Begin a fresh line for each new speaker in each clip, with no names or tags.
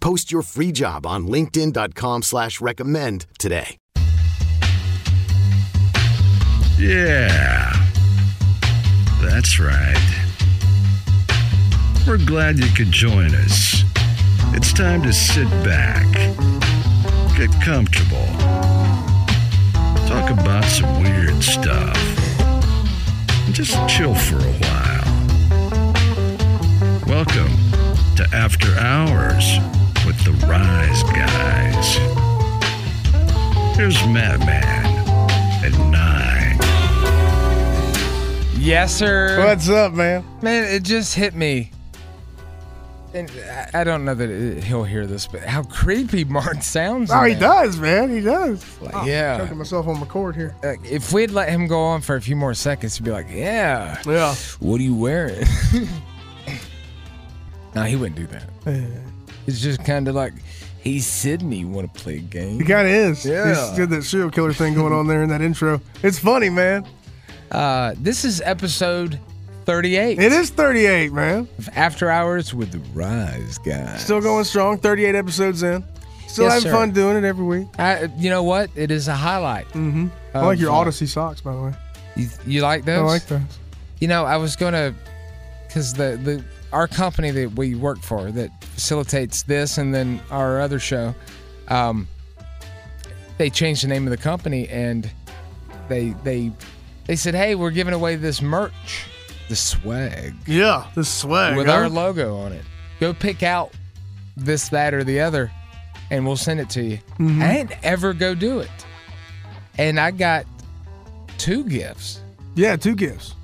Post your free job on linkedin.com slash recommend today.
Yeah. That's right. We're glad you could join us. It's time to sit back, get comfortable, talk about some weird stuff, and just chill for a while. Welcome to After Hours with the Rise Guys. Here's Madman at 9.
Yes, sir.
What's up, man?
Man, it just hit me. And I- I don't know that it- he'll hear this, but how creepy Martin sounds.
Oh,
in
he
that.
does, man. He does.
Like,
Oh,
yeah.
Choking myself on my cord here.
Like, if we'd let him go on for a few more seconds, he'd be like, yeah,
Yeah.
what are you wearing? no, he wouldn't do that. It's just kind of like, hey, Sydney, you want to play a
He
game?
kind of is.
Yeah.
He's did that serial killer thing going on there in that intro. It's funny, man.
Uh, this is episode 38
It is 38, man.
of After Hours with the Rise Guys.
Still going strong. 38 episodes in. Still
Yes,
having
sir.
fun doing it every week.
I, you know what? It is a highlight.
Mm-hmm. I
of,
like your
uh,
Odyssey socks, by the way.
You, you like those?
I like those.
You know, I was gonna, cause the the our company that we work for that facilitates this and then our other show, um, they changed the name of the company and they they they said, hey, we're giving away this merch, the swag
Yeah, the swag.
with
huh?
our logo on it. Go pick out this, that, or the other, and we'll send it to you. I didn't ever go do it, and I got two gifts.
yeah, two gifts.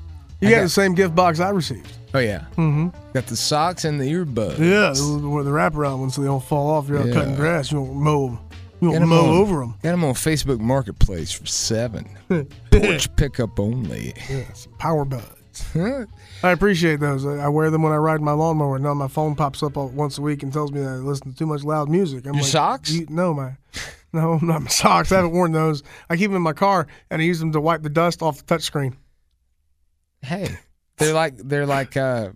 You
I
got,
got-
the same gift box I received.
Oh yeah.
Mm-hmm.
Got the socks and the earbuds.
Yeah, the, where the wraparound ones so they don't fall off. You're out
Yeah.
cutting grass. You don't mow them. You
Get
don't
'em
mow
on-
over them.
Got them on Facebook Marketplace for seven. Porch pickup only.
Yes, power buds.
Huh?
I appreciate those. I I wear them when I ride my lawnmower. Now my phone pops up all- once a week and tells me that I listen to too much loud music. I'm
Your socks?
"You- no, my, no, not my socks. I haven't worn those. I keep them in my car and I use them to wipe the dust off the touchscreen.
hey, they're like they're like uh,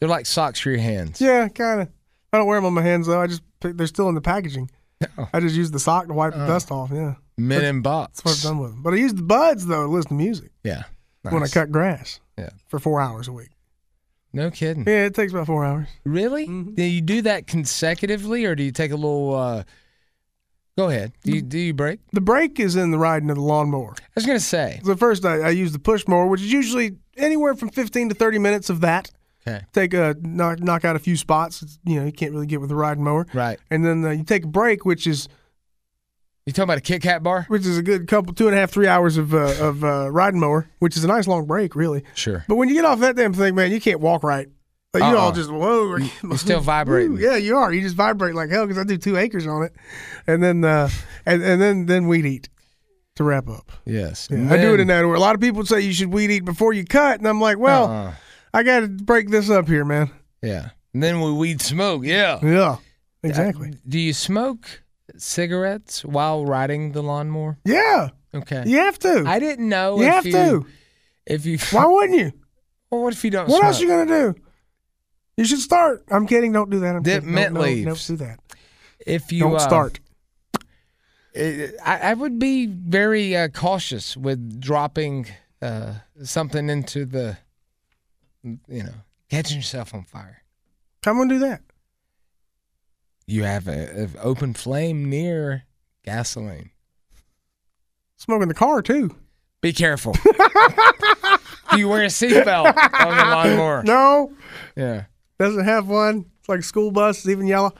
they're like socks for your hands.
Yeah, kind of. I don't wear them on my hands though. I just pick- they're still in the packaging.
Oh.
I just use the sock to wipe the dust off. Yeah,
Men in box.
that's what I've done with them. But I use the buds though to listen to music
Yeah.
when I
Nice.
cut grass
Yeah.
for four hours a week.
No kidding.
Yeah, Mm-hmm. it takes about four hours.
Really? Do you do that consecutively, or do you take a little? uh Go ahead. Do you do you break?
The break is in the riding of the lawnmower.
I was gonna say.
So first, I, I use the push mower, which is usually anywhere from 15 to 30 minutes of that.
Okay.
Take a knock, knock out a few spots. It's, you know, you can't really get with the riding mower.
Right.
And then uh, you take a break, which is
You talking about a Kit Kat bar?
which is a good couple, two and a half, three hours of uh, of uh, riding mower, which is a nice long break, really.
Sure.
But when you get off that damn thing, man, you can't walk right. Like, you
Uh-uh.
all just whoa. we're-
you're still vibrating.
Woo, yeah, you are. You just vibrate like hell because I do two acres on it, and then uh, and and then then we'd eat to wrap up.
Yes.
Yeah, I do it in that order. A lot of people say you should weed eat before you cut, and I'm like, well,
uh
I got to break this up here, man.
Yeah. And then we weed smoke. Yeah.
Yeah, exactly.
Uh, do you smoke cigarettes while riding the lawnmower?
yeah,
Okay.
you have to.
I didn't know.
you
if
have
you,
to.
If you.
Why wouldn't you?
Well, what if you don't?
What
smoke?
else you gonna do? You should start. I'm kidding. Don't do that. I'm
Dip
kidding.
mint
no, no,
leaves.
Don't do that.
If you
Don't
uh,
start.
it- I, I would be very uh, cautious with dropping uh, something into the, you know, catching yourself on fire.
I'm gonna do that.
You have an open flame near gasoline.
Smoke in the car too.
Be careful. Do you wear a seatbelt on the lawnmower?
No,
Yeah.
doesn't have one. It's like a school bus. It's even yellow.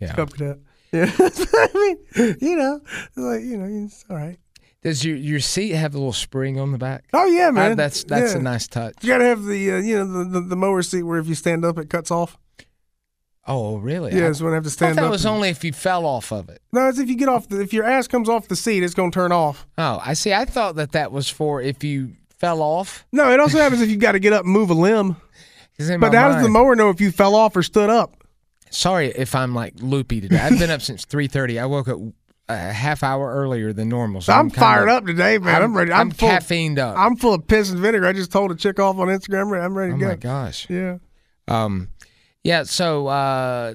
Yeah.
Cub cadet. Yeah, I mean, you know, it's like you know, it's all right.
Does your your seat have a little spring on the back?
Oh yeah, man.
I- that's that's
Yeah.
a nice touch.
You gotta have the uh, you know the, the the mower seat where if you stand up it cuts off.
Oh, really?
Yeah, so when I have
I,
to
I thought
stand
that
up.
was
and-
only if you fell off of it.
no, it's if you get off the if your ass comes off the seat, it's gonna turn off.
Oh, I see. I thought that that was for if you fell off.
No, it also happens if you got to get up and move a limb.
'Cause in
But
my
how does the
mind-
mower know if you fell off or stood up?
Sorry if I'm like loopy today. I've been up since three thirty. I woke up a half hour earlier than normal. So
I'm,
kinda-
fired up today, man. I'm, ready. I'm,
I'm,
full.
caffeined up.
I'm full of piss and vinegar. I just told a chick off on Instagram. I'm ready to
oh
go.
my gosh.
Yeah.
Um, yeah. So uh,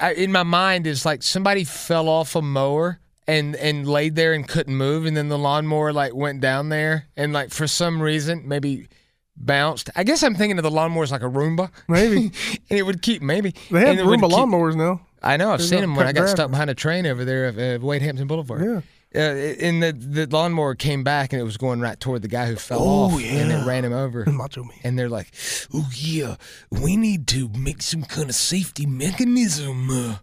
I, in my mind, it's like somebody fell off a mower and and laid there and couldn't move, and then the lawnmower like went down there and like for some reason maybe bounced. I guess I'm thinking of the lawnmower as like a Roomba,
Maybe.
and it would keep maybe
They have
and it would
Roomba
keep-
lawnmowers now.
I know. I've
There's
seen
no
them when
cut
I got
grass.
stuck behind a train over there of uh, Wade Hampton Boulevard. Yeah. Uh, and the, the lawnmower came back and it was going right toward the guy who fell
Oh,
off and it ran him over.
Macho Man.
And they're like, oh, yeah, we need to make some kind of safety mechanism. Uh,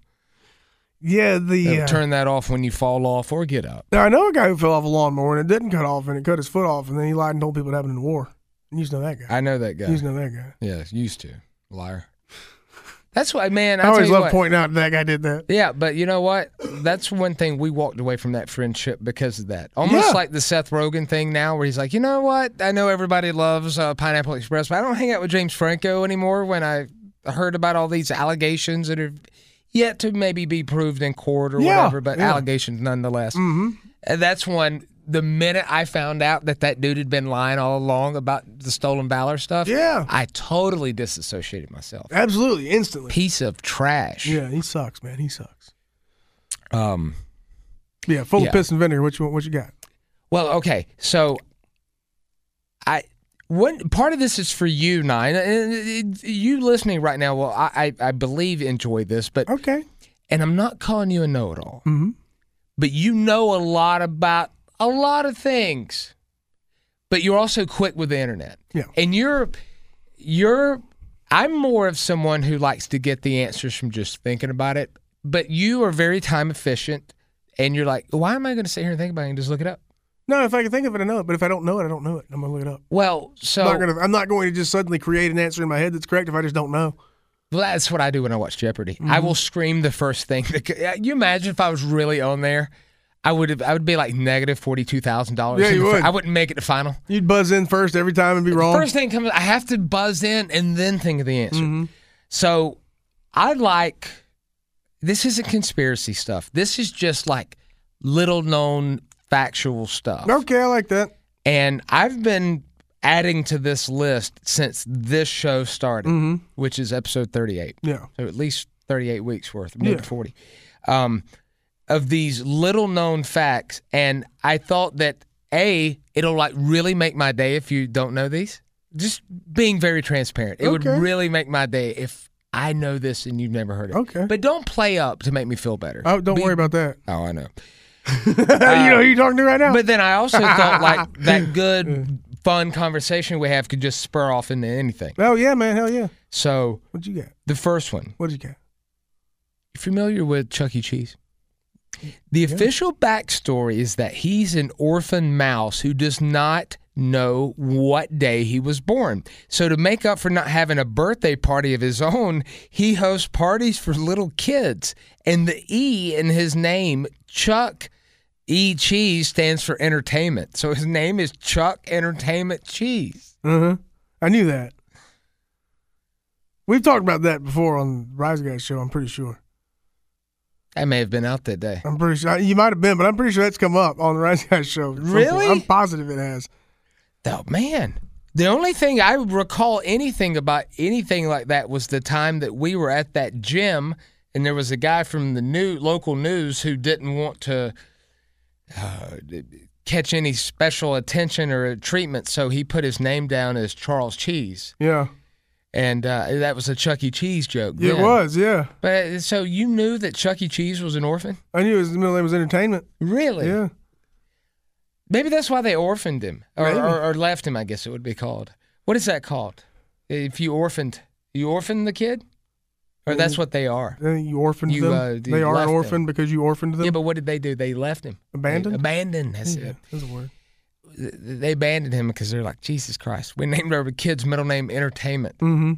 Yeah,
they'll
the. Uh,
Turn that off when you fall off or get up.
now, I know a guy who fell off a lawnmower and it didn't cut off and it cut his foot off and then he lied and told people it happened in the war. You just know that guy.
I know that guy.
You just know that guy.
yeah, used to. Liar. That's why, man. I,
I, always
tell you
love
what,
pointing out that guy did that.
Yeah, but you know what? That's one thing we walked away from that friendship because of that. Almost
Yeah.
like the Seth Rogen thing now, where he's like, you know what? I know everybody loves uh, Pineapple Express, but I don't hang out with James Franco anymore. When I heard about all these allegations that are yet to maybe be proved in court or
Yeah,
whatever, but
yeah.
allegations nonetheless. And that's when the minute I found out that that dude had been lying all along about the stolen valor stuff,
Yeah.
I totally disassociated myself.
Absolutely. Instantly.
Piece of trash.
Yeah, he sucks, man. He sucks.
Um.
Yeah, full
Yeah.
of piss and vinegar. What you, what you got?
Well, okay. So I one part of this is for you, Nine. and it- it- You listening right now, well, I, I, I believe enjoy this, but
Okay.
and I'm not calling you a know it all,
Mm-hmm.
but you know a lot about a lot of things. But you're also quick with the internet.
Yeah.
And you're you're I'm more of someone who likes to get the answers from just thinking about it. But you are very time efficient and you're like, why am I gonna sit here and think about it and just look it up?
No, if I can think of it, I know it. But if I don't know it, I don't know it. I'm gonna look it up.
Well, so
I'm, not gonna, I'm not going to just suddenly create an answer in my head that's correct if I just don't know.
Well, that's what I do when I watch Jeopardy. I
Mm-hmm.
will scream the first thing. that c- uh, you imagine if I was really on there, I would have. I would be like negative forty two thousand dollars.
Yeah, you would. Oh.
I wouldn't make it to final.
You'd buzz in first every time and be wrong.
First thing comes, I have to buzz in and then think of the
Mm.
answer.
Mm-hmm.
So I like this isn't conspiracy stuff. This is just like little known factual stuff.
okay, I like that.
And I've been adding to this list since this show started,
Mm-hmm.
which is episode thirty eight.
Yeah.
so at least 38 weeks worth, maybe
Yeah.
40, um, of these little known facts. And I thought that A, it'll like really make my day if you don't know these. Just being very transparent. It would
Okay.
really make my day if I know this and you've never heard it.
Okay.
But don't play up to make me feel better.
Oh, don't
Be-
worry about that.
Oh, I know.
you know who you're talking to right now.
But then I also thought like that good, fun conversation we have could just spur off into anything.
oh yeah, man, hell yeah.
So
What you got?
the first one.
What you got?
You familiar with Chuck E. Cheese? The official backstory is that he's an orphan mouse who does not know what day he was born. So, to make up for not having a birthday party of his own, he hosts parties for little kids. And the E in his name, Chuck E. Cheese, stands for entertainment. So, his name is Chuck Entertainment Cheese.
Uh huh. I knew that. We've talked about that before on the Rise Guys show. I'm pretty sure.
I may have been out that day.
I'm pretty sure you might have been, but I'm pretty sure that's come up on the Rise Guys show. at some point.
Really?
I'm positive it has.
Oh man. The only thing I recall anything about anything like that was the time that we were at that gym and there was a guy from the new local news who didn't want to uh, catch any special attention or treatment, so he put his name down as Charles Cheese,
Yeah.
and uh, that was a Chuck E. Cheese joke.
It
then.
was. Yeah.
But uh, so you knew that Chuck E. Cheese was an orphan,
I knew his middle name was Entertainment.
really?
Yeah.
Maybe that's why they orphaned him or,
Maybe.
or, or left him. I guess it would be called. What is that called? If you orphaned, you orphaned the kid, or that's what they are.
Then you orphaned
You,
them.
uh, you
they are
left
an
them.
orphan because you orphaned them.
Yeah, but what did they do? They left him.
Abandoned? Hmm.
They abandoned. That's
Yeah,
it.
that's a word.
They abandoned him because they're like, Jesus Christ. We named our kid's middle name Entertainment.
Mm-hmm. And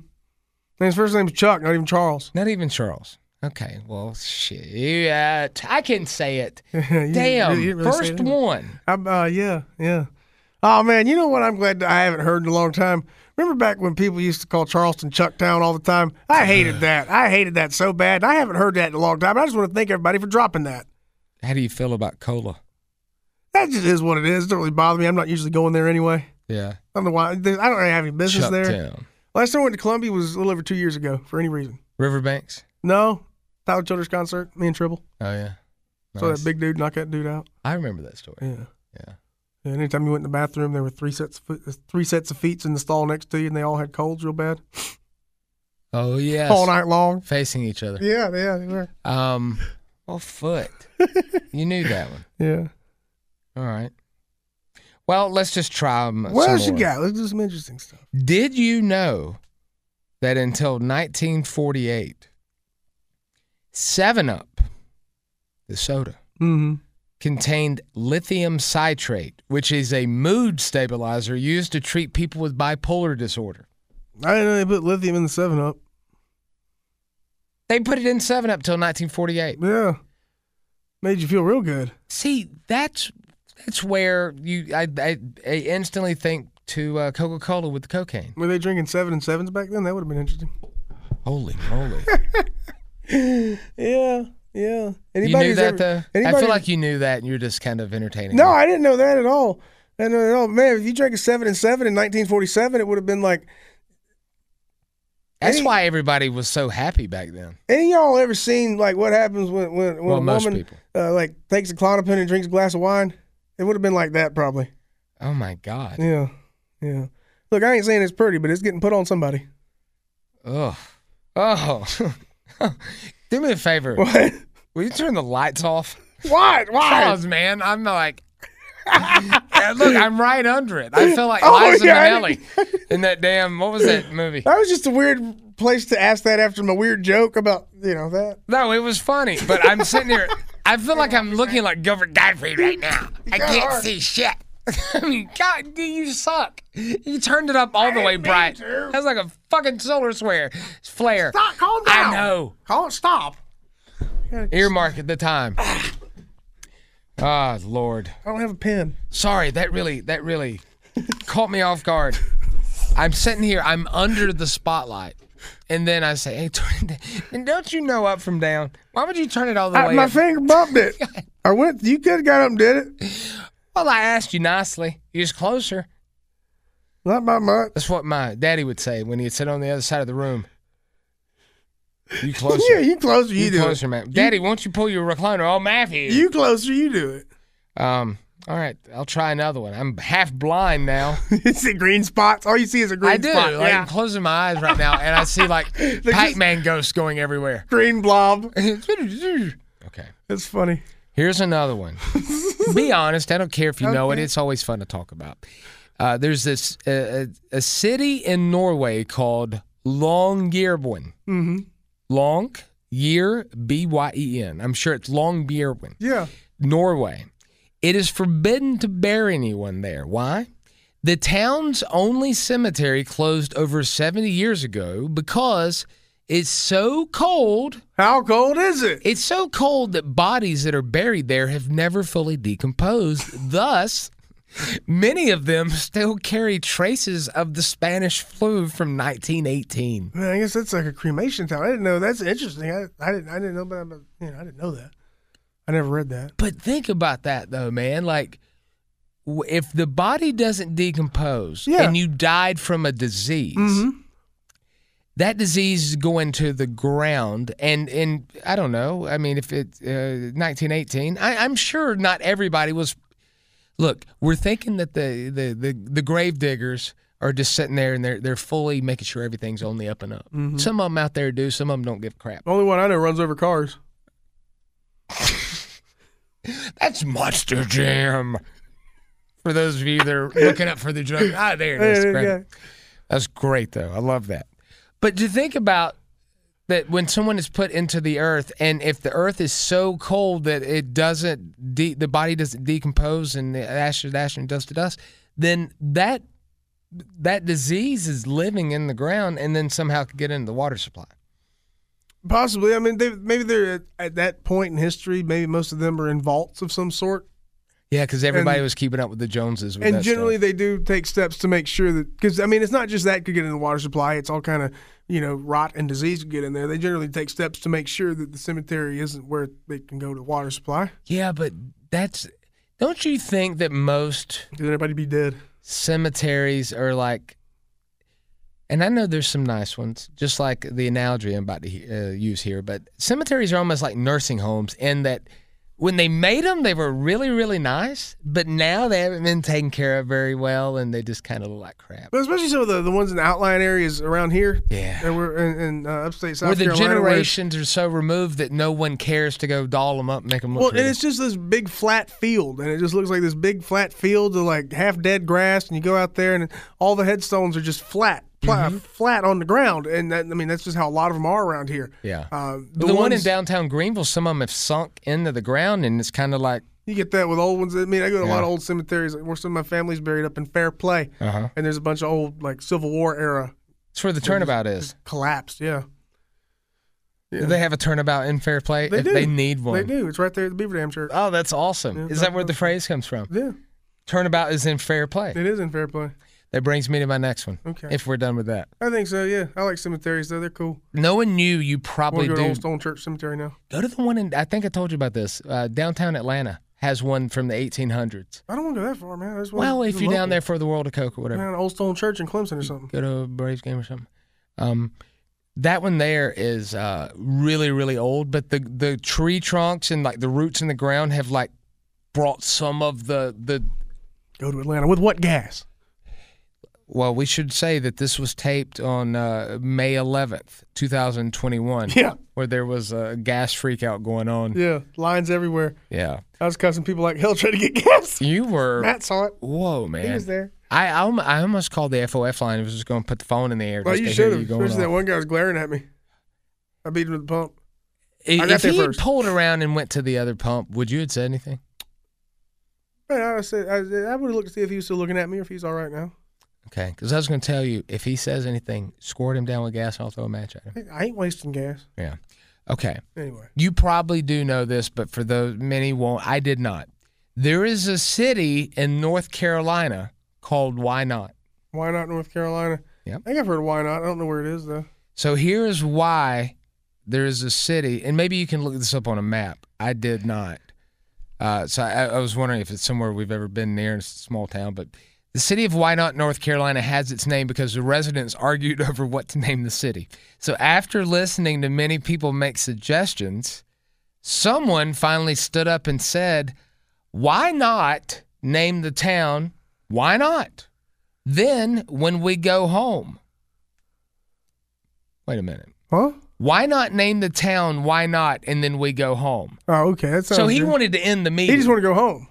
his first name is Chuck, not even Charles.
Not even Charles. Okay. Well, shit. I can say it.
You didn't-
Damn.
you didn't really say
First
it.
one.
I, uh, yeah, yeah. Oh man, you know what? I'm glad that I haven't heard in a long time. Remember back when people used to call Charleston Chucktown all the time? I hated that. I hated that so bad. I haven't heard that in a long time. I just want to thank everybody for dropping that.
How do you feel about cola?
That just is what it is. It doesn't really bother me. I'm not usually going there anyway.
Yeah.
I don't know why. I don't really have any business there.
Chucktown.
Last time I went to Columbia was a little over two years ago for any reason.
Riverbanks.
No, Tyler Childers concert, me and Tribble.
Oh, yeah.
So
Nice.
that big dude knocked that dude out.
I remember that story.
Yeah.
Yeah.
Yeah, anytime you went in the bathroom, there were three sets of foot, three sets of feet in the stall next to you, and they all had colds real bad
Oh, yes.
all night long.
Facing each other.
Yeah, yeah, they were.
Um, well, foot. you knew that one.
Yeah.
All right. Well, let's just try them.
What else you got? Let's do some interesting stuff.
Did you know that until 1948, 7 Up, the soda,
Mm-hmm.
contained lithium citrate, which is a mood stabilizer used to treat people with bipolar disorder?
I didn't know they put lithium in the Seven Up.
They put it in 7 Up till 1948.
Yeah. Made you feel real good.
See, that's that's where you I, I, I instantly think to uh, Coca-Cola with the cocaine.
Were they drinking seven and sevens back then? That would have been interesting.
Holy moly.
Yeah, yeah.
you knew
who's
that
ever-
though? I
anybody-
feel like you knew that and you're just kind of entertaining.
No,
me.
I didn't know that at all. I didn't know that at all. Man, if you drank a seven and seven in 1947, it would have been like
That's
Any-
why everybody was so happy back then.
Any of y'all ever seen like what happens when when, when
Well,
a
most
woman
people.
uh, like takes a clonopin and drinks a glass of wine? It would have been like that probably.
Oh my God.
Yeah, yeah. Look, I ain't saying it's pretty, but it's getting put on somebody.
Ugh. Oh. Do me a favor.
What?
Will you turn the lights off?
What? Why?
Pause, man. I'm like. Yeah, Look, I'm right under it. I feel like
Oh,
Liza
yeah, I
Minnelli in that damn. What was that movie?
That was just a weird place to ask that after my weird joke about you know that.
No, it was funny, but I'm sitting here. I feel like I'm looking like Gilbert Godfrey right now. I can't see shit. I mean, God, dude, you suck. You turned it up all the way bright. That's like a fucking solar swear flare.
Stop, calm
I
down.
know.
Can't stop.
Earmark at the time. Ah, Lord.
I don't have a pen.
Sorry, that really, that really caught me off guard. I'm sitting here. I'm under the spotlight. And then I say, "Hey, turn it down." And don't you know up from down? Why would you turn it all the
I-
way
Uh, my
up?
finger bumped it. I went. You could have got up and did it.
Well, I asked you nicely. You was closer.
Not by much.
That's what my daddy would say when he'd sit on the other side of the room. You closer.
Yeah, you closer. You,
you
do
closer,
it.
man. Daddy, won't you pull your recliner? Oh, Matthew.
You closer. You do it.
Um. All right, I'll try another one. I'm half blind now.
you see green spots. All you see is a green
I do.
spot.
like, I'm closing my eyes right now, and I see like Pac-Man ghosts going everywhere.
Green blob.
okay.
It's funny.
Here's another one. Be honest. I don't care if you know it. It's always fun to talk about. Uh, there's this uh, a, a city in Norway called Longyearbyen. Mm-hmm. Long year B Y E N. I'm sure it's Longyearbyen,
Yeah.
Norway. It is forbidden to bury anyone there. Why? The town's only cemetery closed over 70 years ago because it's so cold
How cold is it?
it's so cold that bodies that are buried there have never fully decomposed. Thus, many of them still carry traces of the Spanish flu from 1918.
Man, I guess that's like a cremation town. I didn't know. That's interesting. I, I didn't. I didn't know. But I'm- you know, I didn't know that. I never read that.
But think about that, though, man. Like, w- if the body doesn't decompose
Yeah. Mm-hmm.
and you died from a disease, that disease is going to the ground. And, and I don't know. I mean, if it uh, 1918, I, I'm sure not everybody was. Look, we're thinking that the the the, the grave diggers are just sitting there and they're they're fully making sure everything's on the up and up.
Mm-hmm.
Some of them out there do. Some of them don't give a crap.
The only one I know runs over cars.
That's Monster Jam. for those of you that are looking up for the drug. Ah, there it is.
There you
Credit. That's great, though. I love that. But to think about that when someone is put into the earth, and if the earth is so cold that it doesn't, de- the body doesn't decompose and the ash to ash and dust to dust, then that that disease is living in the ground and then somehow could get into the water supply.
Possibly. I mean, they, maybe they're at, at that point in history. Maybe most of them are in vaults of some sort.
Yeah, because everybody was keeping up with the Joneses. With
and
that
generally,
stuff.
they do take steps to make sure that because I mean, it's not just that could get in the water supply. It's all kind of you know rot and disease could get in there. They generally take steps to make sure that the cemetery isn't where they can go to water supply.
yeah, but that's. Don't you think that most
Did anybody be dead?
cemeteries are like, and I know there's some nice ones, just like the analogy I'm about to he- uh, use here, but cemeteries are almost like nursing homes in that when they made them, they were really, really nice, but now they haven't been taken care of very well and they just kind of look like crap.
But especially some of the, the ones in the outlying areas around here.
Yeah.
And we're in, in uh, upstate South
Where the
Carolina. where it's-
generations are so removed that no one cares to go doll them up and make them look
well,
pretty.
and it's just this big flat field, and it just looks like this big flat field of like half dead grass. And you go out there, and all the headstones are just flat, pla-
Mm-hmm.
flat on the ground. And that, I mean, that's just how a lot of them are around here.
Yeah.
Uh,
the one in
ones-
downtown Greenville, some of them have sunk into the ground, and it's kind of like,
You get that with old ones. I mean, I go to a lot
Yeah.
of old cemeteries. Like, where some of my family's buried up in Fair Play,
Uh-huh.
and there's a bunch of old like Civil War era
it's where the turnabout is.
collapsed. Yeah,
Do they have a turnabout in fair play
they
if
do.
they need one?
They do. It's right there at the Beaver Dam Church.
Oh, that's awesome. is that where the phrase comes from?
Yeah,
Turnabout is in fair play.
it is in Fair Play.
That brings me to my next one.
Okay.
If we're done with that.
I think so. Yeah, I like cemeteries though. They're cool.
No one knew you
I want
probably
to go to
do.
Old Stone Church Cemetery now.
Go to the one in, I think I told you about this. Uh, downtown Atlanta has one from the 1800s.
I don't want to go that far, man. I just wanna
Well,
do
if
the
you're down
local.
there for the World of Coke or whatever.
down at Old Stone Church in Clemson or something.
go to a Braves game or something. Um, that one there is uh, really, really old, but the the tree trunks and like the roots in the ground have like brought some of the the.
Go to Atlanta with what gas?
Well, we should say that this was taped on uh, May 11th, 2021,
Yeah,
where there was a gas freakout going on.
yeah. Lines everywhere.
Yeah,
I was cussing people like hell trying to get gas.
you were.
Matt saw it.
whoa, man!
He was there.
I, I almo- I almost called the FOF line. I was just going to put the phone in the air.
Well,
just
you
to
should
hear
have.
you going
Especially that
off.
one guy was glaring at me. I beat him to the pump.
If,
got
if
there
he had
first.
pulled around and went to the other pump, would you have said anything?
Man, I said I, I would have looked to see if he was still looking at me or if he's all right now.
Okay, because I was going to tell you if he says anything, squirt him down with gas. I'll throw a match at him.
I- I ain't wasting gas
Yeah. Okay.
anyway.
You probably do know this, but for those many won't, I did not. There is a city in North Carolina called Why Not.
Why not North Carolina?
Yep.
I think I've heard of why not. I don't know where it is though.
So here is why there is a city, and maybe you can look this up on a map. I did not. Uh, so I, I was wondering if it's somewhere we've ever been near. It's a small town, but the city of Why Not, North Carolina, has its name because the residents argued over what to name the city. So after listening to many people make suggestions, someone finally stood up and said, "Why not name the town? Why not?" Then when we go home, wait a minute.
Huh?
Why not name the town? Why not? And then we go home.
Oh, okay. That sounds
so he
good.
wanted to end the meeting.
He just wanted to go home,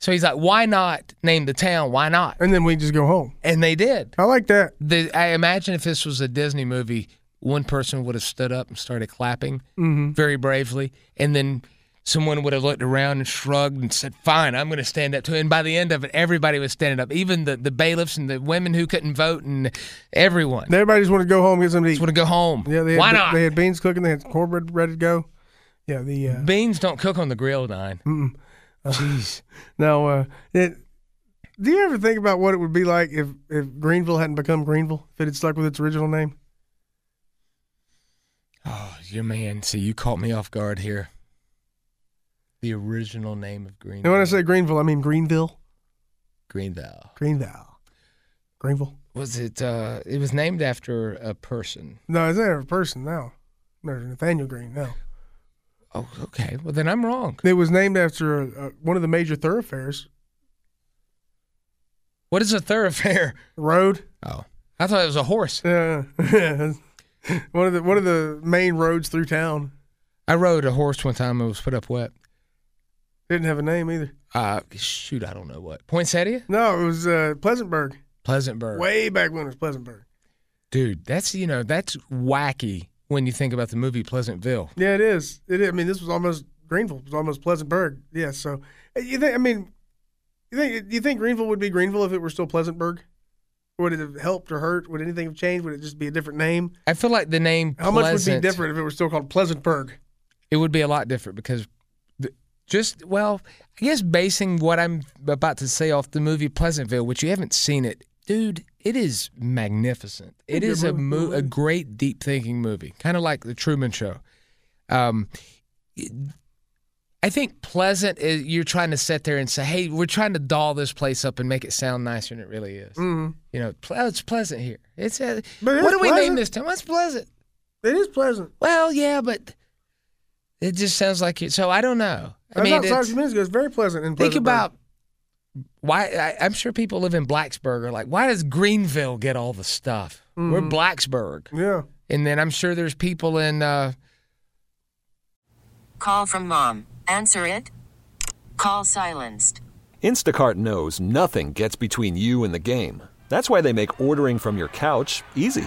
so he's like, why not name the town? Why not?
and then we just go home.
And they did.
I like that.
The, I imagine if this was a Disney movie, one person would have stood up and started clapping
Mm-hmm.
very bravely, and then someone would have looked around and shrugged and said, "Fine, I'm going to stand up to it." And by the end of it, everybody was standing up, even the, the bailiffs and the women who couldn't vote, and everyone
Everybody just wanted to go home and get something to eat.
just want to go home.
Yeah, they had,
why
be-
not?
They had beans cooking. They had cornbread ready to go. Yeah, the uh,
Beans don't cook on the grill, nine. Jeez.
now. Uh, it, do you ever think about what it would be like if if Greenville hadn't become Greenville? If it had stuck with its original name?
Oh, your man. See, you caught me off guard here. The original name of Greenville.
And when I say Greenville, I mean Greenville,
Greenville.
Greenville, Greenville.
Was it? Uh, it was named after a person.
No, it's not a person now. There's Nathaniel Green now.
Oh, okay. Well, then I'm wrong.
It was named after uh, one of the major thoroughfares,
What is a thoroughfare?
road.
Oh, I thought it was a horse.
Uh, one of the one of the main roads through town.
I rode a horse one time. It was put up wet.
Didn't have a name either.
uh, shoot, I don't know what poinsettia,
No, it was uh, Pleasantburg.
Pleasantburg.
Way back when it was Pleasantburg.
Dude, that's you know that's wacky when you think about the movie Pleasantville.
Yeah, it is. It is. I mean, this was almost Greenville. It was almost Pleasantburg. Yeah. So uh, you think? I mean, you think? You think Greenville would be Greenville if it were still Pleasantburg? Would it have helped or hurt? Would anything have changed? Would it just be a different name?
I feel like the name
How much would be
Pleasant-
different if it were still called Pleasantburg?
It would be a lot different because the, just well, I guess basing what I'm about to say off the movie Pleasantville, which you haven't seen it, dude, it is magnificent. It
good
is a
movie, good
mo- a
movie.
great deep thinking movie, kind of like the Truman Show. Um, I think pleasant is you're trying to sit there and say, "Hey, we're trying to doll this place up and make it sound nicer than it really is."
Mhm.
You know, ple- it's pleasant here. It's uh,
But it's
what do we name
pleasant.
this town? What's pleasant?
It is Pleasant.
Well, yeah, but it just sounds like it. So I don't know. I
I
mean,
outside
it's-
of Minnesota. It's very pleasant. In
think
Pleasantburg.
about why I, I'm sure people live in Blacksburg are like, why does Greenville get all the stuff? We're
Mm-hmm.
Blacksburg,
Yeah.
and then I'm sure there's people in. Uh,
Call from mom. Answer it. Call silenced.
Instacart knows nothing gets between you and the game. That's why they make ordering from your couch easy.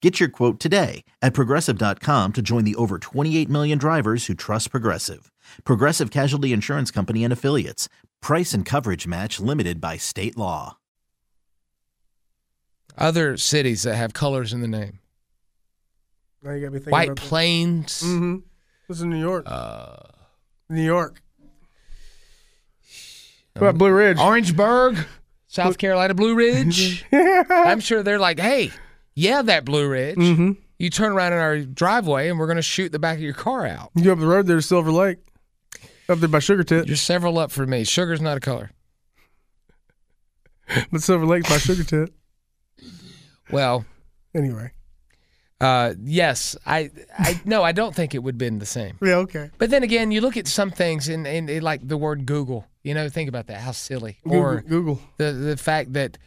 Get your quote today at progressive.com to join the over 28 million drivers who trust Progressive. Progressive Casualty Insurance Company and Affiliates. Price and coverage match limited by state law.
other cities that have colors in the name.
Now you got me thinking
White
about that.
Plains.
Mm-hmm. This is New York. New York. What about Blue Ridge?
Orangeburg, South Carolina, Blue Ridge.
Mm-hmm.
I'm sure they're like, hey, yeah, that Blue Ridge. You turn around in our driveway and we're going to shoot the back of your car out.
You go up the road there to Silver Lake, up there by Sugar Tit.
You're several up for me. Sugar's not a color.
But Silver Lake's by Sugar Tit.
Well,
Anyway.
uh, yes, I, I, no, I don't think it would have been the same.
Yeah, okay.
But then again, you look at some things and, and it, like the word Google, you know, think about that, how silly.
Google.
Or
Google.
the, the fact that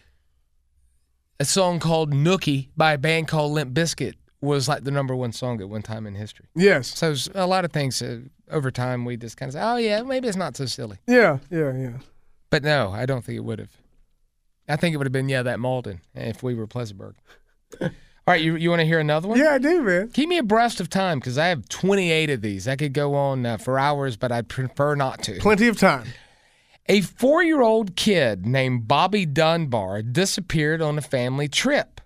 a song called Nookie by a band called Limp Biscuit was like the number one song at one time in history.
Yes.
So s- a lot of things uh, over time we just kind of say, oh yeah, maybe it's not so silly.
Yeah, yeah, yeah.
But no, I don't think it would have. I think it would have been yeah that Malden if we were Pleasanburg. All right, you you want to hear another one?
Yeah, I do, man.
Keep me abreast of time because I have 28 of these. I could go on uh, for hours, but I'd prefer not to.
Plenty of time.
A four year old kid named Bobby Dunbar disappeared on a family trip.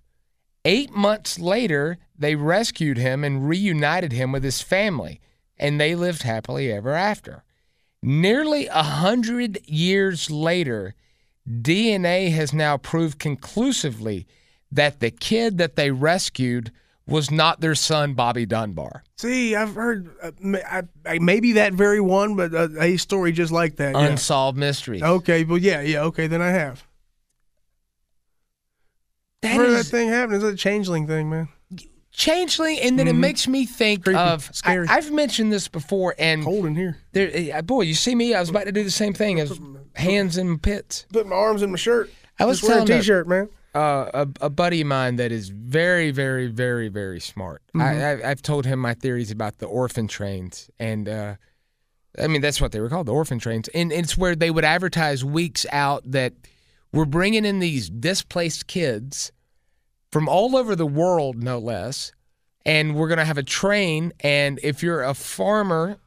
Eight months later, they rescued him and reunited him with his family, and they lived happily ever after. Nearly a hundred years later, DNA has now proved conclusively that the kid that they rescued was not their son, Bobby Dunbar.
See, I've heard uh, ma- I, I, maybe that very one, but uh, a story just like that. yeah.
Unsolved mystery.
Okay, well, yeah, yeah, okay, then I have.
That
Where did
is-
that thing happen? It's a changeling thing, man.
changeling and then it makes me think
Mm-hmm. Creepy.
of
Scary.
I, have mentioned this before and
Cold in here.
there, eh, boy you see me i was about to do the same thing as hands in pits
Put my arms in my shirt.
I was
Just wearing
telling
a
the-
t-shirt, man.
uh, a, a buddy of mine that is very very very very smart I, I, i've told him my theories about the orphan trains and uh, i mean that's what they were called the orphan trains and it's where they would advertise weeks out that We're bringing in these displaced kids from all over the world, no less. And we're going to have a train. And if you're a farmer,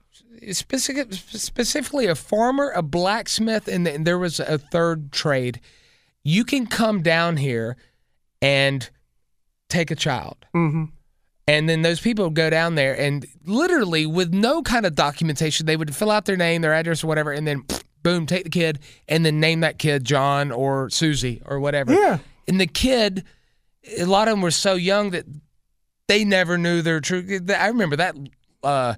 specific, specifically a farmer, a blacksmith, and th- there was a third trade, you can come down here and take a child. And then those people go down there and literally with no kind of documentation, they would fill out their name, their address, or whatever, and then boom, take the kid and then name that kid John or Susie or whatever.
Yeah.
And the kid, a lot of them were so young that they never knew their true. I remember that uh,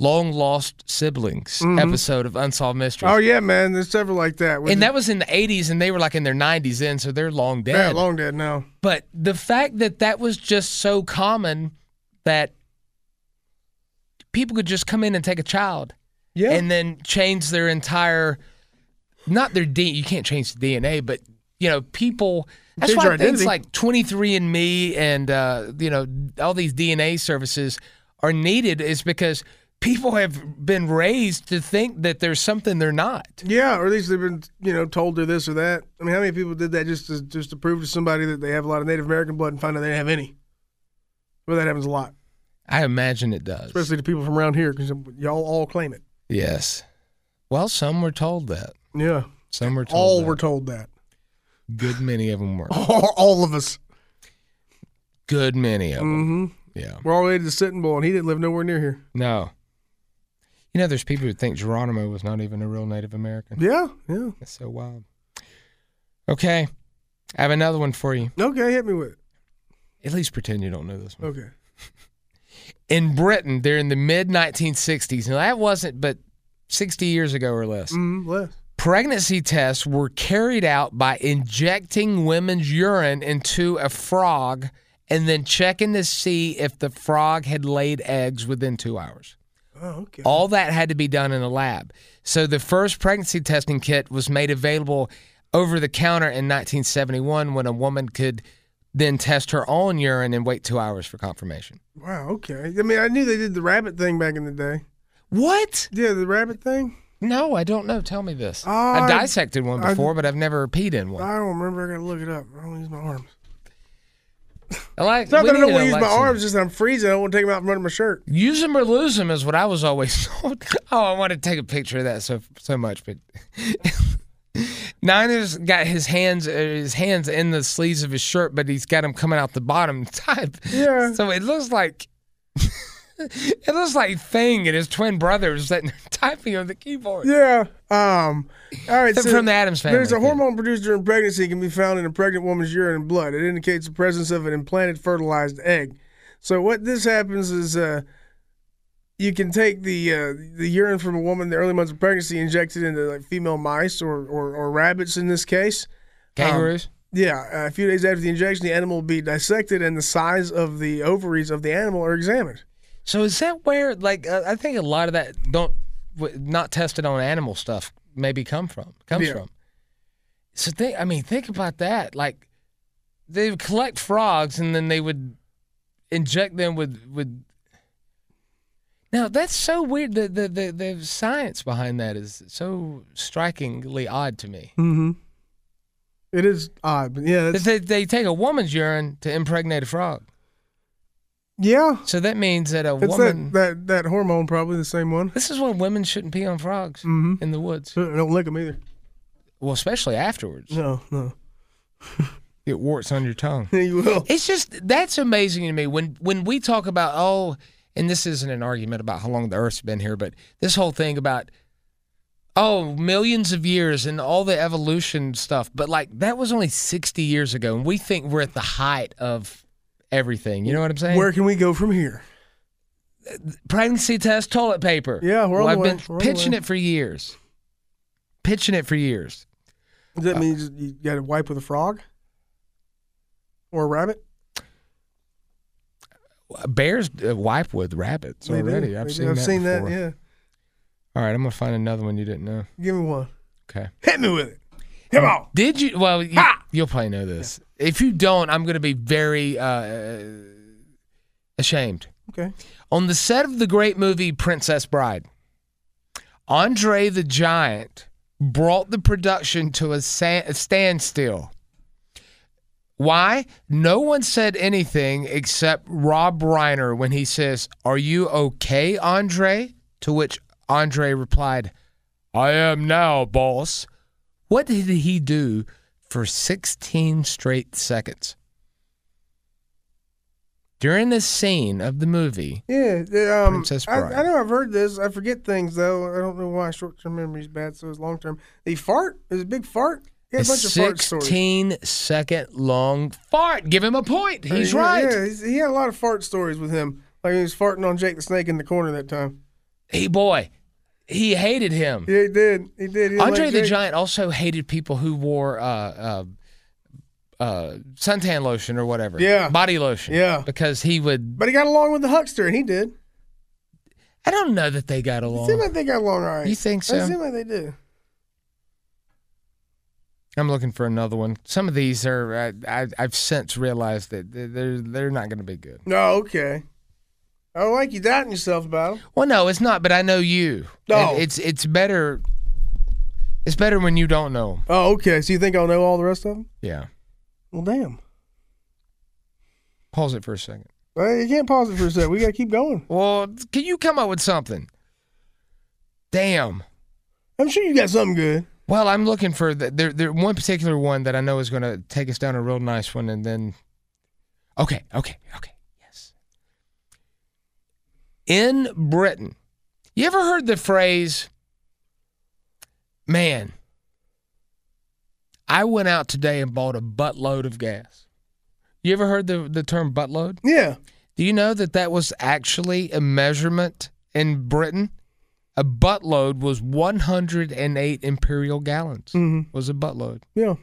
long lost siblings episode of Unsolved Mysteries.
Mm-hmm. Oh yeah, man. There's several like that.
and that was in the 80s, and they were like in their 90s then, so they're long dead.
yeah, long dead now.
But the fact that that was just so common that people could just come in and take a child
Yeah.
and then change their entire, not their D. You can't change the DNA, but you know, people. That's
Change
why
your
things
identity.
like 23andMe and uh, you know all these DNA services are needed is because people have been raised to think that there's something they're not.
yeah, or at least they've been you know told they're this or that. I mean, how many people did that just to just to prove to somebody that they have a lot of Native American blood and find out they didn't have any? Well, that happens a lot,
I imagine it does.
especially to people from around here because y'all all claim it.
Yes. Well, some were told that.
Yeah,
Some were told
all
that.
were told that.
Good many of them were.
Oh. all of us. Mm-hmm.
Good many
Mm.
of them. Yeah.
We're all related to Sitting Bull, and he didn't live nowhere near here.
No. You know, there's people who think Geronimo was not even a real Native American.
Yeah, yeah.
That's so wild. Okay. I have another one for you.
Okay, hit me with it.
At least pretend you don't know this one.
Okay.
In Britain, they're in the mid 1960s. Now, that wasn't but 60 years ago or less.
Mm, less.
Pregnancy tests were carried out by injecting women's urine into a frog and then checking to see if the frog had laid eggs within two hours.
Oh, okay.
All that had to be done in a lab. So the first pregnancy testing kit was made available over the counter in 1971 when a woman could then test her own urine and wait two hours for confirmation.
Wow. Okay. I mean, I knew they did the rabbit thing back in the day.
What?
Yeah, the rabbit thing.
No, I don't know. Tell me this. I
I-
dissected one
I-
before, but I've never peed in one.
I don't remember. I gotta look it up. I don't use my arms.
Alex-
It's not
we
that
need
I don't want to
an
use my
Alexa.
arms. Just that I'm freezing. I don't want to take them out from under my shirt.
Use them or lose them is what I was always told. Oh, I want to take a picture of that so so much, but Niners got his hands uh, his hands in the sleeves of his shirt, but he's got them coming out the bottom type.
Yeah.
So it looks like it looks like Thing and his twin brothers sitting there typing on the keyboard.
Yeah. Um. All right.
They're
so
from the Addams Family,
There's a
then.
hormone produced during pregnancy can be found in a pregnant woman's urine and blood. It indicates the presence of an implanted fertilized egg. So what this happens is, uh, you can take the uh, the urine from a woman in the early months of pregnancy, inject it into like female mice or or, or rabbits in this case.
Kangaroos.
Yeah, uh, a few days after the injection, the animal will be dissected and the size of the ovaries of the animal are examined.
So is that where like uh, I think a lot of that don't w- not tested on animal stuff maybe come from comes
Yeah.
from. So think I mean think about that like they would collect frogs and then they would inject them with with. Now that's so weird. The the the, the science behind that is so strikingly odd to me.
Mm-hmm. It is odd, but yeah,
That
that's,
They, they take a woman's urine to impregnate a frog.
yeah,
So that means that a
it's
woman.
that, that that hormone probably the same one.
this is why women shouldn't pee on frogs
Mhm.
in the woods.
So, Don't lick them either.
Well, especially afterwards.
No, no,
It warts on your tongue.
you will.
It's just that's amazing to me when when we talk about oh, and this isn't an argument about how long the Earth's been here, but this whole thing about oh millions of years and all the evolution stuff, but like that was only sixty years ago, and we think we're at the height of everything. You know what I'm saying?
Where can we go from here?
pregnancy test toilet paper.
Yeah, we're on
Well, I've
the way.
been
We're on the
pitching
way.
it for years. Pitching it for years.
Does
Uh,
that mean you just- you got to wipe with a frog or a rabbit?
Bears uh, wipe with rabbits
They do.
already.
They
I've
do.
seen that. before.
Yeah,
All right, I'm gonna find another one you didn't know.
give me one.
Okay.
Hit me with it. Come
Mm.
on.
Did you? Well, you,
Ha!
you'll probably know this. If you don't, I'm gonna be very uh, ashamed.
Okay.
On the set of the great movie Princess Bride, Andre the Giant brought the production to a, sa- a standstill. Why? No one said anything except Rob Reiner when he says, Are you okay, Andre? To which Andre replied, I am now, boss. What did he do for 16 straight seconds? During this scene of the movie,
Yeah, the, um,
Princess
I,
Bride.
I know I've heard this. I forget things though. I don't know why short-term memory is bad, so it's long-term. The fart is a big fart. He
a
had a bunch of fart stories.
16 second long fart. Give him a point. He's
Yeah,
right.
Yeah, he's, he had a lot of fart stories with him. Like he was farting on Jake the Snake in the corner that time.
Hey, boy, he hated him.
Yeah, he did. He did. He didn't
Hmm. Andre
like
the
Jake.
Giant also hated people who wore uh, uh, uh, suntan lotion or whatever.
Yeah.
Body lotion.
Yeah.
Because he would.
But he got along with the huckster, and he did.
I don't know that they got
It
along.
seemed like they got along all right.
You think so?
It seemed like they did.
I'm looking for another one. Some of these are. I, I, I've since realized that they're- they're they're not going to be good.
No, okay. I don't like you doubting yourself about him.
Well, no, it's not. But I know you.
No.
And it's it's better. It's better when you don't know. 'em.
Oh, okay. So you think I'll know all the rest of them?
Yeah.
Well, damn.
Pause it for a second.
Well, you can't pause it for a sec. We got to keep going.
Well, can you come up with something? Damn.
I'm sure you got something good.
Well, I'm looking for the, there. There one particular one that I know is going to take us down a real nice one, and then. Okay, okay, okay. Yes. In Britain, you ever heard the phrase? Man, I went out today and bought a buttload of gas. You ever heard the the term buttload?
Yeah.
Do you know that that was actually a measurement in Britain? A buttload was 108 imperial gallons.
Mm-hmm.
Was a buttload.
Yeah.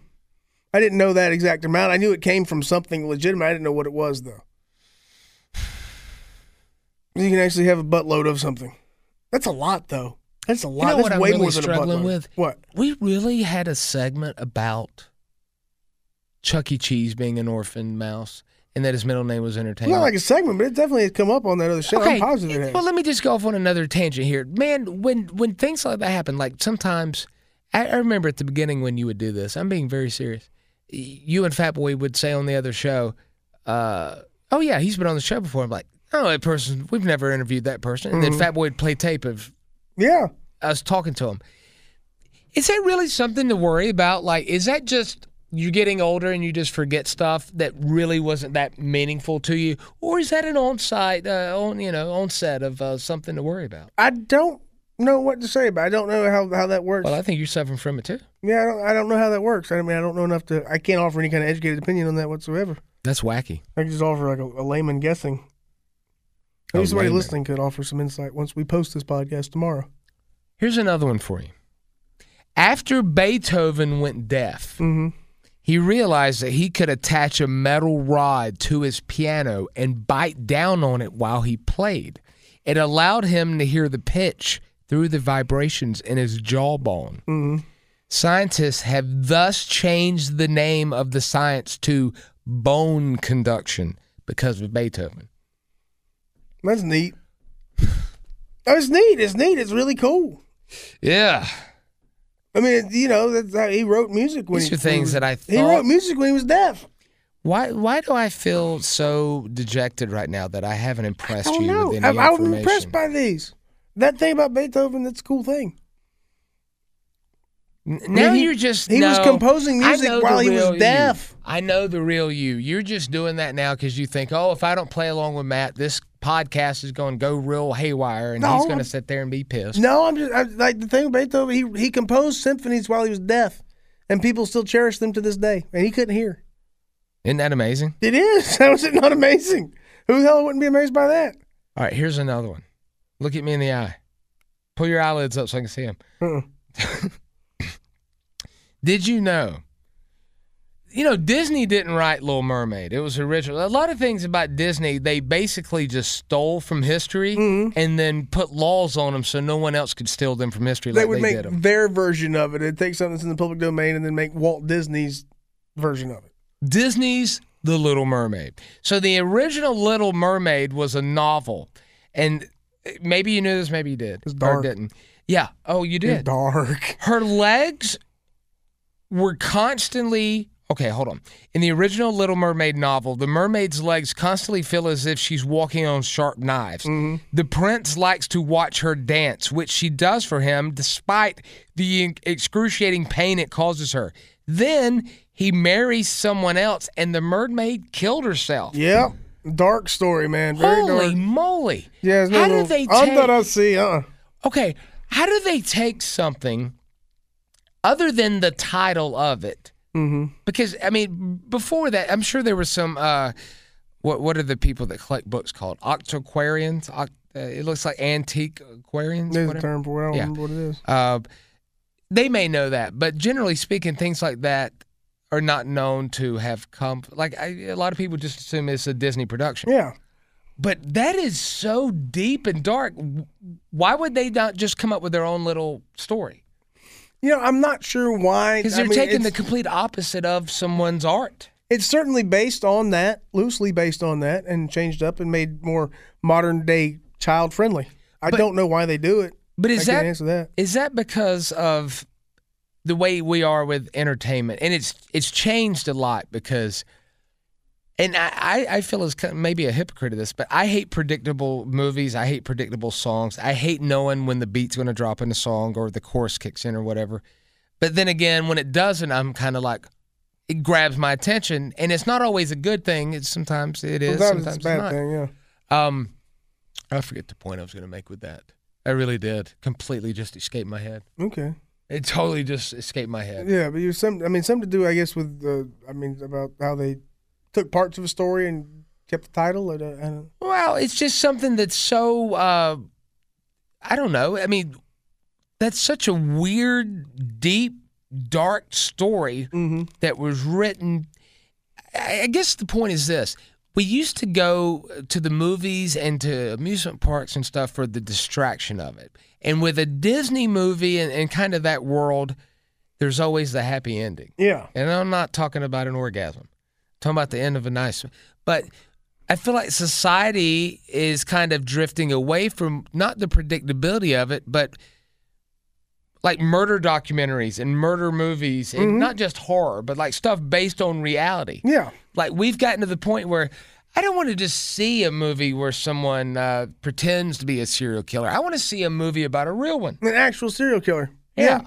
I didn't know that exact amount. I knew it came from something legitimate. I didn't know what it was, though. You can actually have a buttload of something. That's a lot, though. That's a lot.
You know
That's
what I'm
way
really
more than a
struggling
buttload.
with?
What?
We really had a segment about Chuck E. Cheese being an orphan mouse and that his middle name was
It's
entertainment.
not like a segment, but it definitely has come up on that other show. I'm positive it has.
Well, let me just go off on another tangent here, man. When when things like that happen, like sometimes I, I remember at the beginning when you would do this. I'm being very serious. Y- You and Fatboy would say on the other show, uh, "Oh yeah, he's been on the show before." I'm like, "Oh, that person. We've never interviewed that person." And
Mm-hmm.
then Fatboy would play tape of
yeah.
us talking to him. Is that really something to worry about? Like, is that just you're getting older and you just forget stuff that really wasn't that meaningful to you, or is that an on-site, uh, on you know, onset of uh, something to worry about?
I don't know what to say, but I don't know how, how that works.
Well, I think you're suffering from it too.
yeah, I don't, I don't know how that works. I mean, I don't know enough to. I can't offer any kind of educated opinion on that whatsoever.
That's wacky.
I can just offer like a, a layman guessing.
A
Maybe somebody
layman.
listening could offer some insight once we post this podcast tomorrow.
Here's another one for you. After Beethoven went deaf,
Mm-hmm,
he realized that he could attach a metal rod to his piano and bite down on it while he played. It allowed him to hear the pitch through the vibrations in his jawbone.
mm-hmm.
Scientists have thus changed the name of the science to bone conduction because of Beethoven.
That's neat. That's neat. It's neat. It's really cool.
Yeah.
I mean, you know, that's how he wrote music when
These
he,
are things
when
that I
he was- he wrote
thought-
music when he was deaf.
Why why do I feel so dejected right now that I haven't impressed
I don't
you
know.
with any
I'm, I'm
information?
impressed by these. That thing about Beethoven, that's a cool thing.
N- now
he-
you're just
he was
no,
composing
I
music
know the
while he was
real you.
deaf.
I know the real you. You're just doing that now because you think, oh, if I don't play along with Matt, this podcast is going to go real haywire, and
No,
he's going
I'm-
to sit there and be pissed.
No, I'm just I, like the thing with Beethoven. He he composed symphonies while he was deaf, and people still cherish them to this day. And he couldn't hear.
Isn't that amazing?
It is. How is it not amazing? Who the hell wouldn't be amazed by that?
All right, here's another one. Look at me in the eye. Pull your eyelids up so I can see them.
Uh-uh.
Did you know? You know, Disney didn't write Little Mermaid. It was original. A lot of things about Disney, they basically just stole from history
Mm-hmm.
and then put laws on them so no one else could steal them from history
they
like
would
they
make
did them.
their version of it. They'd take something that's in the public domain and then make Walt Disney's version of it.
Disney's The Little Mermaid. So the original Little Mermaid was a novel, and eh, maybe you knew this, maybe you did,
It's
or
dark.
didn't. Yeah. Oh, you
You're
did.
dark.
Her legs were constantly. Okay, hold on. In the original Little Mermaid novel, the mermaid's legs constantly feel as if she's walking on sharp knives.
Mm-hmm.
The prince likes to watch her dance, which she does for him despite the excruciating pain it causes her. Then he marries someone else, and the mermaid killed herself.
Yep. Dark story, man. Very
Holy
dark.
moly!
Yeah, it's no,
How
no.
do they
I'm
take?
not see. Uh.
Okay, how do they take something other than the title of it?
Mm-hmm.
Because I mean, before that, I'm sure there was some. Uh, what what are the people that collect books called? Octoquarians. Oct- uh, it looks like antique aquarians.
There's a
whatever.
term for it. I don't
Yeah.
remember what it is.
Uh, they may know that, but generally speaking, things like that are not known to have come. Like I, a lot of people just assume it's a Disney production.
Yeah.
But that is so deep and dark. Why would they not just come up with their own little story?
You know, I'm not sure why.
Because
I
they're
mean,
taking
it's-
the complete opposite of someone's art.
it's certainly based on that, loosely based on that, and changed up and made more modern day child friendly. I
But-
don't know why they do it.
But is
I can't
that-
answer that?
Is that because of the way we are with entertainment? And it's it's changed a lot because, and I I, I feel as kind of maybe a hypocrite of this, but I hate predictable movies. I hate predictable songs. I hate knowing when the beat's going to drop in a song or the chorus kicks in or whatever. But then again, when it doesn't, I'm kind of like. It grabs my attention, and it's not always a good thing. It's sometimes it is,
Sometimes,
sometimes
it's a bad
not.
thing. Yeah.
Um, I forget the point I was going to make with that. I really did. Completely just escaped my head.
Okay.
It totally just escaped my head.
Yeah, but you some. I mean, some to do, I guess, with the. I mean, about how they took parts of a story and kept the title. I don't, I don't,
Well, it's just something that's so uh, I don't know. I mean, that's such a weird, deep, dark story that was written. I I guess the point is this: we used to go to the movies and to amusement parks and stuff for the distraction of it. And with a Disney movie and, and kind of that world, there's always the happy ending.
yeah.
And I'm not talking about an orgasm. I'm talking about the end of a nice one. But I feel like society is kind of drifting away from not the predictability of it, but like murder documentaries and murder movies and not just horror, but like stuff based on reality.
Yeah.
Like we've gotten to the point where I don't want to just see a movie where someone uh, pretends to be a serial killer. I want to see a movie about a real one.
An actual serial killer.
Yeah.
yeah.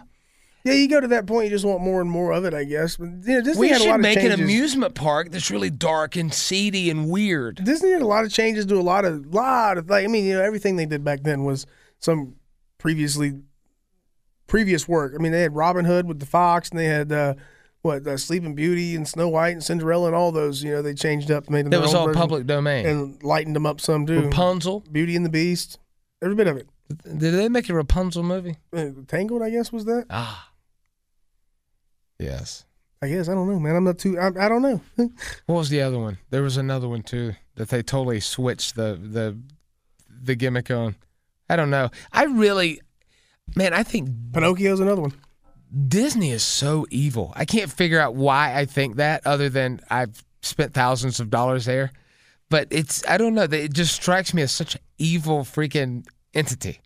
Yeah, you go to that point, you just want more and more of it, I guess. But you know, Disney
we
had a lot
should
of
make
changes.
an amusement park that's really dark and seedy and weird.
Disney did a lot of changes to a lot of lot of like I mean, you know, everything they did back then was some previously previous work. I mean, they had Robin Hood with the Fox, and they had uh, what uh, Sleeping Beauty and Snow White and Cinderella and all those. You know, they changed up, made them
That
their
was
own
all
version
public domain.
and lightened them up some too.
Rapunzel.
Beauty and the Beast, every bit of it.
Did they make a Rapunzel movie?
Uh, Tangled, I guess, was that?
Ah. Yes.
I guess I don't know, man. I'm not too. I, I don't know.
What was the other one? There was another one too that they totally switched the the the gimmick on. I don't know. I really man, I think
Pinocchio's another one.
Disney is so evil. I can't figure out why I think that other than I've spent thousands of dollars there. But it's I don't know, it just strikes me as such an evil freaking entity.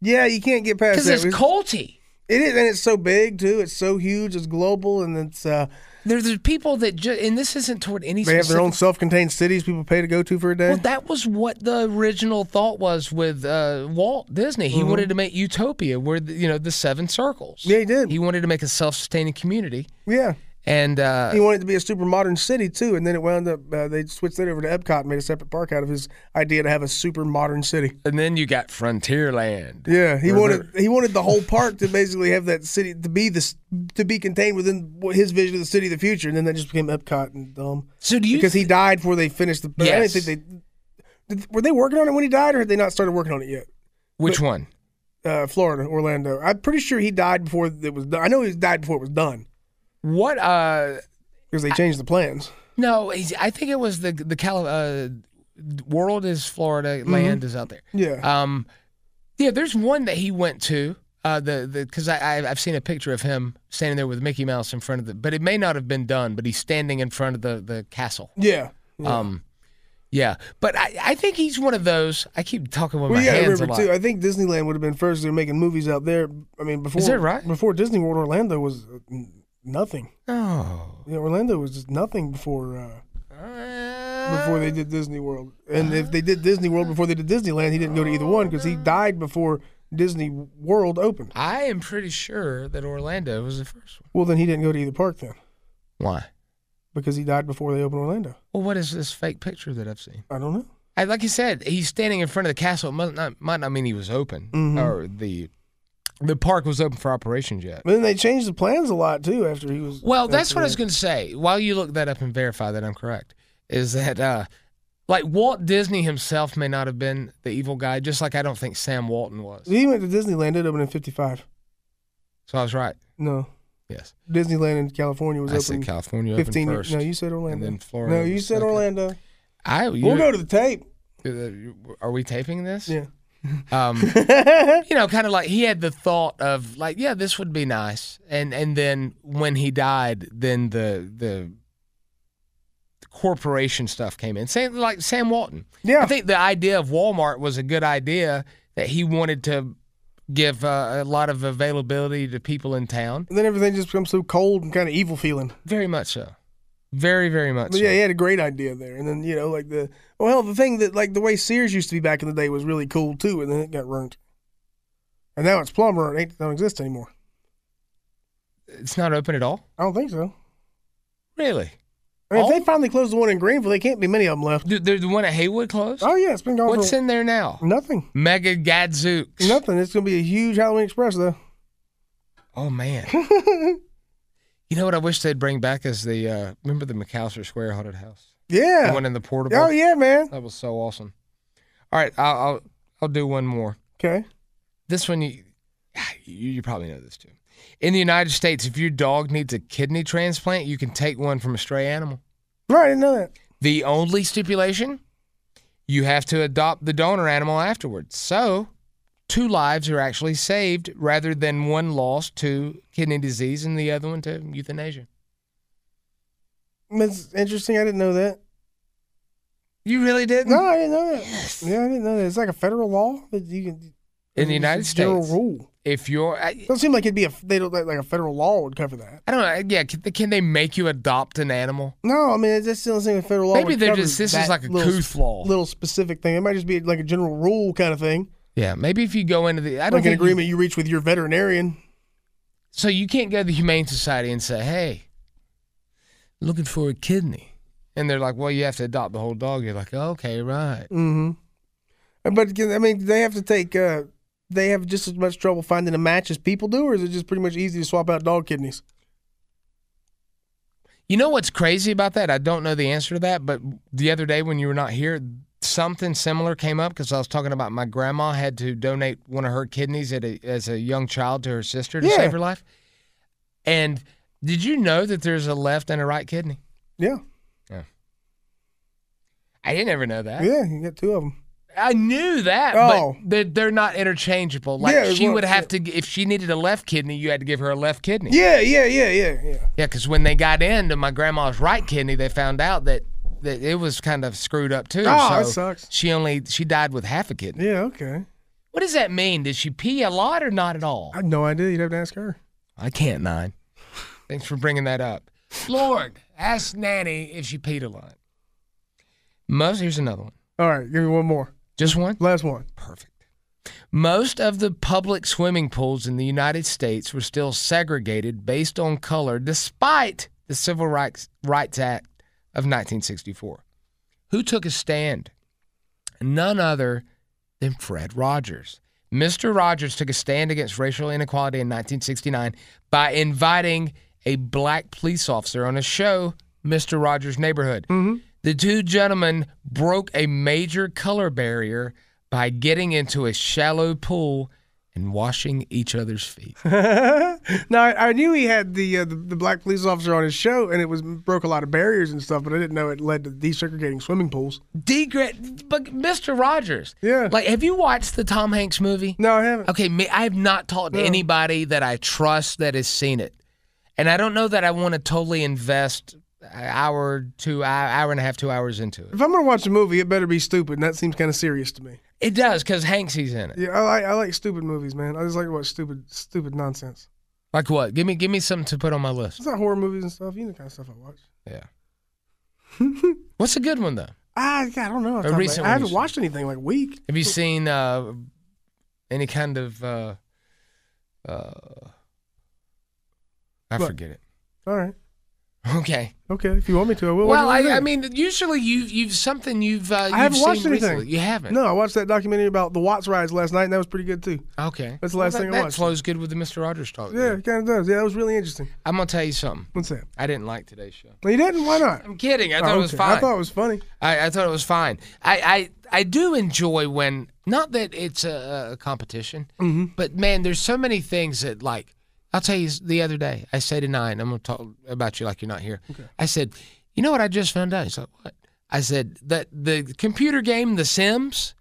Yeah, you can't get past
Cuz
that.
it's culty.
It is, and it's so big too. It's so huge. It's global, and it's uh,
There, there's people that ju- and this isn't toward any
they have their
specific-
own self-contained cities people pay to go to for a day.
Well, that was what the original thought was with uh, Walt Disney. He wanted to make Utopia, where the, you know the seven circles.
Mm-hmm. Yeah, he did.
He wanted to make a self-sustaining community,
yeah,
and uh,
he wanted it to be a super modern city too, and then it wound up uh, they switched that over to Epcot and made a separate park out of his idea to have a super modern city.
and then you got Frontierland.
Yeah, he
Where
wanted he wanted the whole park to basically have that city to be this to be contained within what his vision of the city of the future, and then that just became Epcot and dumb
So do you?
because he died before they finished the. I didn't
Yes.
think they did, were they working on it when he died, or had they not started working on it yet?
which one?
uh, Florida, Orlando. I'm pretty sure he died before it was done. I know he died before it was done
What? uh
because they changed the plans.
No, he's, I think it was the the Cali- uh, world is Florida, land is out there.
Yeah.
Um, yeah, there's one that he went to. Uh, the the because I, I I've seen a picture of him standing there with Mickey Mouse in front of the, but it may not have been done. But he's standing in front of the the castle.
yeah.
Um, Yeah, but I, I think he's one of those. I keep talking with
Well,
my
you got to
hands a
remember
lot.
too. I think Disneyland would have been first. They're making movies out there. I mean, before
that right?
Before Disney World, Orlando was uh, n- nothing.
oh.
You know, Orlando was just nothing before uh, before they did Disney World. And if they did Disney World before they did Disneyland, he didn't go to either one because he died before Disney World opened.
I am pretty sure that Orlando was the first one.
Well, then he didn't go to either park then
Why?
because he died before they opened Orlando.
Well, what is this fake picture that I've seen?
I don't know.
I, like you said, he's standing in front of the castle. It might not, might not mean he was open
Mhm.
or the the park was open for operations yet.
But then they changed the plans a lot too after he was.
Well, that's
after
what I was
that.
going to say. While you look that up and verify that I'm correct, is that uh, like Walt Disney himself may not have been the evil guy, just like I don't think Sam Walton was.
He went to Disneyland. It opened in '55.
So I was right.
No,
Yes,
Disneyland in California was
I
open.
said California opened
15
first.
No, you said Orlando.
then Florida
No, you
was
said
second.
Orlando.
I
We'll go to the tape.
to. Are we taping this?
Yeah.
Um, you know, kind of like he had the thought of like, yeah, this would be nice, and and then when he died, then the the corporation stuff came in. Same like Sam Walton.
Yeah.
I think the idea of Walmart was a good idea that he wanted to give uh, a lot of availability to people in town.
And then everything just becomes so cold and kind of evil feeling.
Very much so. Very very much.
But
so.
yeah, he had a great idea there. And then, you know, like the, well, hell, the thing that, like, the way Sears used to be back in the day was really cool too, and then it got ruined. And now it's plumber. It ain't, don't exist anymore.
It's not open at all.
I don't think so.
Really?
I mean, if
All-
they finally close the one in Greenville, there can't be many of them left.
The, the, the one at Haywood closed.
Oh, yeah, it's been gone
What's
for
in there now?
nothing.
Mega Gadzooks.
Nothing. It's going to be a huge Halloween Express, though.
Oh man. you know what I wish they'd bring back is the uh, remember the McAllister Square haunted house,
Yeah.
the one in the portable.
Oh, yeah, man.
that was so awesome. All right, I'll I'll, I'll do one more.
Okay.
This one you, you you probably know this too. In the United States, if your dog needs a kidney transplant, you can take one from a stray animal.
Right, I didn't know that.
The only stipulation, you have to adopt the donor animal afterwards. So, two lives are actually saved rather than one lost to kidney disease and the other one to euthanasia.
That's interesting. I didn't know that.
You really didn't?
No, I didn't know that. Yeah, I didn't know that. It's like a federal law that you can
In the United
it's a general
States,
rule.
if you're, I,
Doesn't seem like it'd be a they don't like a federal law would cover that.
I don't know. Yeah, can, can they make you adopt an animal?
No, I mean it just doesn't seem like federal law.
Maybe
would
they're
cover
just- this
that
is like a
little,
couth law.
little specific thing. It might just be like a general rule kind of thing,
Yeah, maybe if you go into the, I don't
like an
think you-
agreement you reach with your veterinarian.
so you can't go to the Humane Society and say, "Hey, looking for a kidney," and they're like, "Well, you have to adopt the whole dog." You're like, "Okay, right."
Mm-hmm. But again, I mean, they have to take. Uh, they have just as much trouble finding a match as people do, or is it just pretty much easy to swap out dog kidneys?
You know what's crazy about that? I don't know the answer to that, but the other day when you were not here, something similar came up because I was talking about my grandma had to donate one of her kidneys at a, as a young child to her sister to
Yeah.
save her life. And did you know that there's a left and a right kidney?
Yeah,
I didn't ever know that.
yeah, you got two of them.
I knew that,
Oh.
but they're, they're not interchangeable. Like
Yeah,
she
well,
would have to, g- if she needed a left kidney, you had to give her a left kidney.
Yeah, yeah, yeah, yeah, yeah.
Yeah, because when they got into my grandma's right kidney, they found out that, that it was kind of screwed up too.
Oh,
so
that sucks.
She only she died with half a kidney.
Yeah, okay.
What does that mean? Did she pee a lot or not at all?
I had no idea. You'd have to ask her.
I can't nine. Thanks for bringing that up. Lord, ask Nanny if she peed a lot. Most here's another one.
All right, give me one more.
Just one.
Last one.
Perfect. Most of the public swimming pools in the United States were still segregated based on color despite the Civil Rights, Rights Act of 1964. Who took a stand? None other than Fred Rogers. Mr. Rogers took a stand against racial inequality in 1969 by inviting a black police officer on a show, Mr. Rogers' Neighborhood. The two gentlemen broke a major color barrier by getting into a shallow pool and washing each other's feet.
now I, I knew he had the, uh, the the black police officer on his show, and it was broke a lot of barriers and stuff, but I didn't know it led to desegregating swimming pools.
Degrad, but Mr. Rogers.
Yeah.
Like, have you watched the Tom Hanks movie?
No, I haven't.
Okay, me, I have not talked to
No.
anybody that I trust that has seen it, and I don't know that I want to totally invest an hour, two hou- hour and a half, two hours into it.
If I'm gonna watch a movie, it better be stupid, and that seems kind of serious to me.
It does because Hanksy's in it.
Yeah, I like I like stupid movies, man. I just like to watch stupid stupid nonsense.
Like what? Give me give me something to put on my list.
It's not horror movies and stuff. You know the kind of stuff I watch.
Yeah. What's a good one though?
Ah, I, I don't know.
A recent
I haven't
one you
watched anything like a week.
Have you seen uh, any kind of? Uh, uh, I
What?
forget it.
All right.
Okay.
Okay. If you want me to, I will.
well,
What do you
I, I
think?
mean, usually you you've something you've uh, you've
I haven't
seen
watched anything.
recently. You haven't.
No, I watched that documentary about the Watts riots last night, and that was pretty good too.
Okay.
That's the last
that,
thing I
that
watched.
flows good with the Mister Rogers talk.
Yeah, it kind of does. Yeah, that was really interesting.
I'm gonna tell you something.
What's that?
I didn't like today's show.
No, you didn't? Why not?
I'm kidding. I
Oh,
thought it was
okay.
fine.
I thought it was funny.
I, I thought it was fine. I, I I do enjoy when not that it's a, a competition,
Mm-hmm.
but man, there's so many things that like I'll tell you the other day. I say to nine, I'm gonna talk about you like you're not here. I said, you know what I just found out? He's like, what? I said that the computer game The Sims.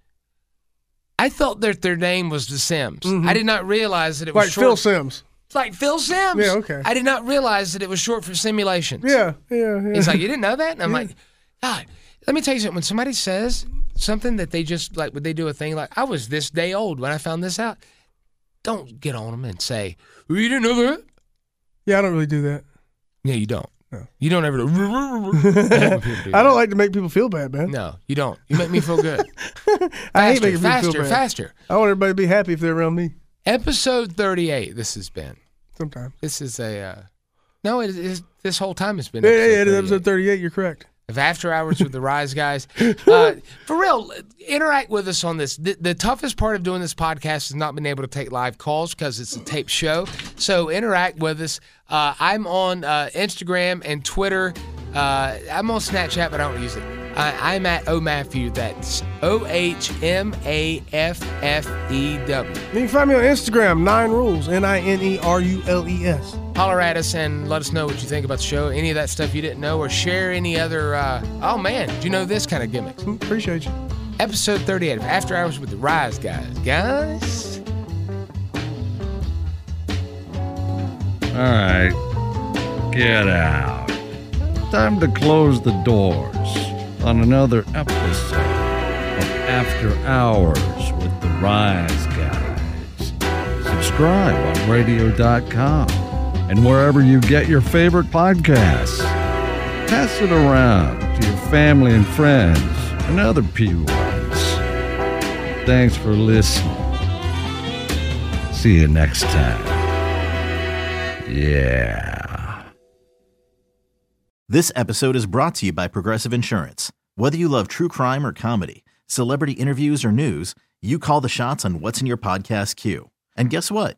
I thought that their name was The Sims. I did not realize that it was
Mm-hmm. Like
short.
Phil Sims.
Like Phil Sims.
Yeah, okay.
I did not realize that it was short for simulations.
Yeah, yeah, yeah.
He's like, you didn't know that? And I'm like, God, let me tell you something. When somebody says something that they just like, would they do a thing like, I was this day old when I found this out? Don't get on them and say, "Oh, you didn't know that?
yeah, I don't really do that.
Yeah, you don't.
No.
You don't ever. Do, I hate when people do
I
that.
don't like to make people feel bad, man.
No, you don't. You make me feel good.
I hate
Faster,
making
faster,
people feel bad.
faster.
I want everybody to be happy if they're around me.
Episode 38. This has been.
Sometimes.
This is a. Uh, no, it is. This whole time has been.
Yeah, yeah, yeah. it is
38.
Episode thirty-eight. You're correct.
of After Hours with the Rise Guys. Uh, for real, interact with us on this. The, the toughest part of doing this podcast has not been able to take live calls because it's a tape show. So interact with us. Uh, I'm on uh, Instagram and Twitter. Uh, I'm on Snapchat, but I don't use it. I, I'm at O'Matthew. That's O H M A F F E W.
You can find me on Instagram. Nine rules. N I N E R U L E S.
holler at us and let us know what you think about the show, any of that stuff you didn't know, or share any other, uh, oh man, do you know this kind of gimmicks?
Mm, Appreciate you.
Episode 38 of After Hours with the Rise Guys. Guys?
All right. Get out. Time to close the doors on another episode of After Hours with the Rise Guys. Subscribe on radio.com and wherever you get your favorite podcasts. Pass it around to your family and friends and other P1s. Thanks for listening. See you next time. Yeah.
This episode is brought to you by Progressive Insurance. Whether you love true crime or comedy, celebrity interviews or news, you call the shots on what's in your podcast queue. And guess what?